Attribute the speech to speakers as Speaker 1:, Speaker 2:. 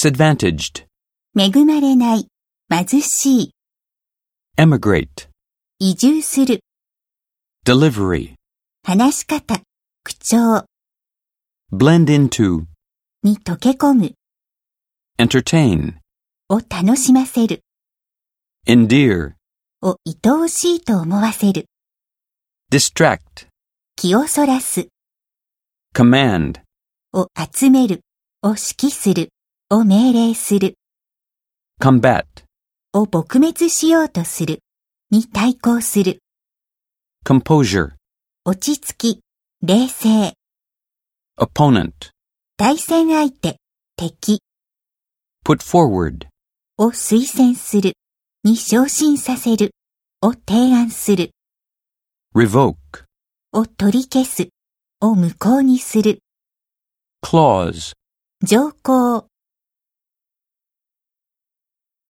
Speaker 1: disadvantaged,
Speaker 2: 恵まれない、貧しい、
Speaker 1: emigrate,
Speaker 2: 移住する、
Speaker 1: delivery,
Speaker 2: 話し方、口調
Speaker 1: blend into,
Speaker 2: に溶け込む
Speaker 1: entertain,
Speaker 2: を楽しませる
Speaker 1: endear,
Speaker 2: を愛おしいと思わせる、
Speaker 1: distract,
Speaker 2: 気をそらす
Speaker 1: command,
Speaker 2: を集めるを指揮するを命令する
Speaker 1: combat,
Speaker 2: を撲滅しようとするに対抗する、
Speaker 1: composure,
Speaker 2: 落ち着き、冷静、
Speaker 1: opponent,
Speaker 2: 対戦相手、敵
Speaker 1: put forward,
Speaker 2: を推薦するに昇進させるを提案する
Speaker 1: revoke,
Speaker 2: を取り消すを無効にする、
Speaker 1: clause,
Speaker 2: 条項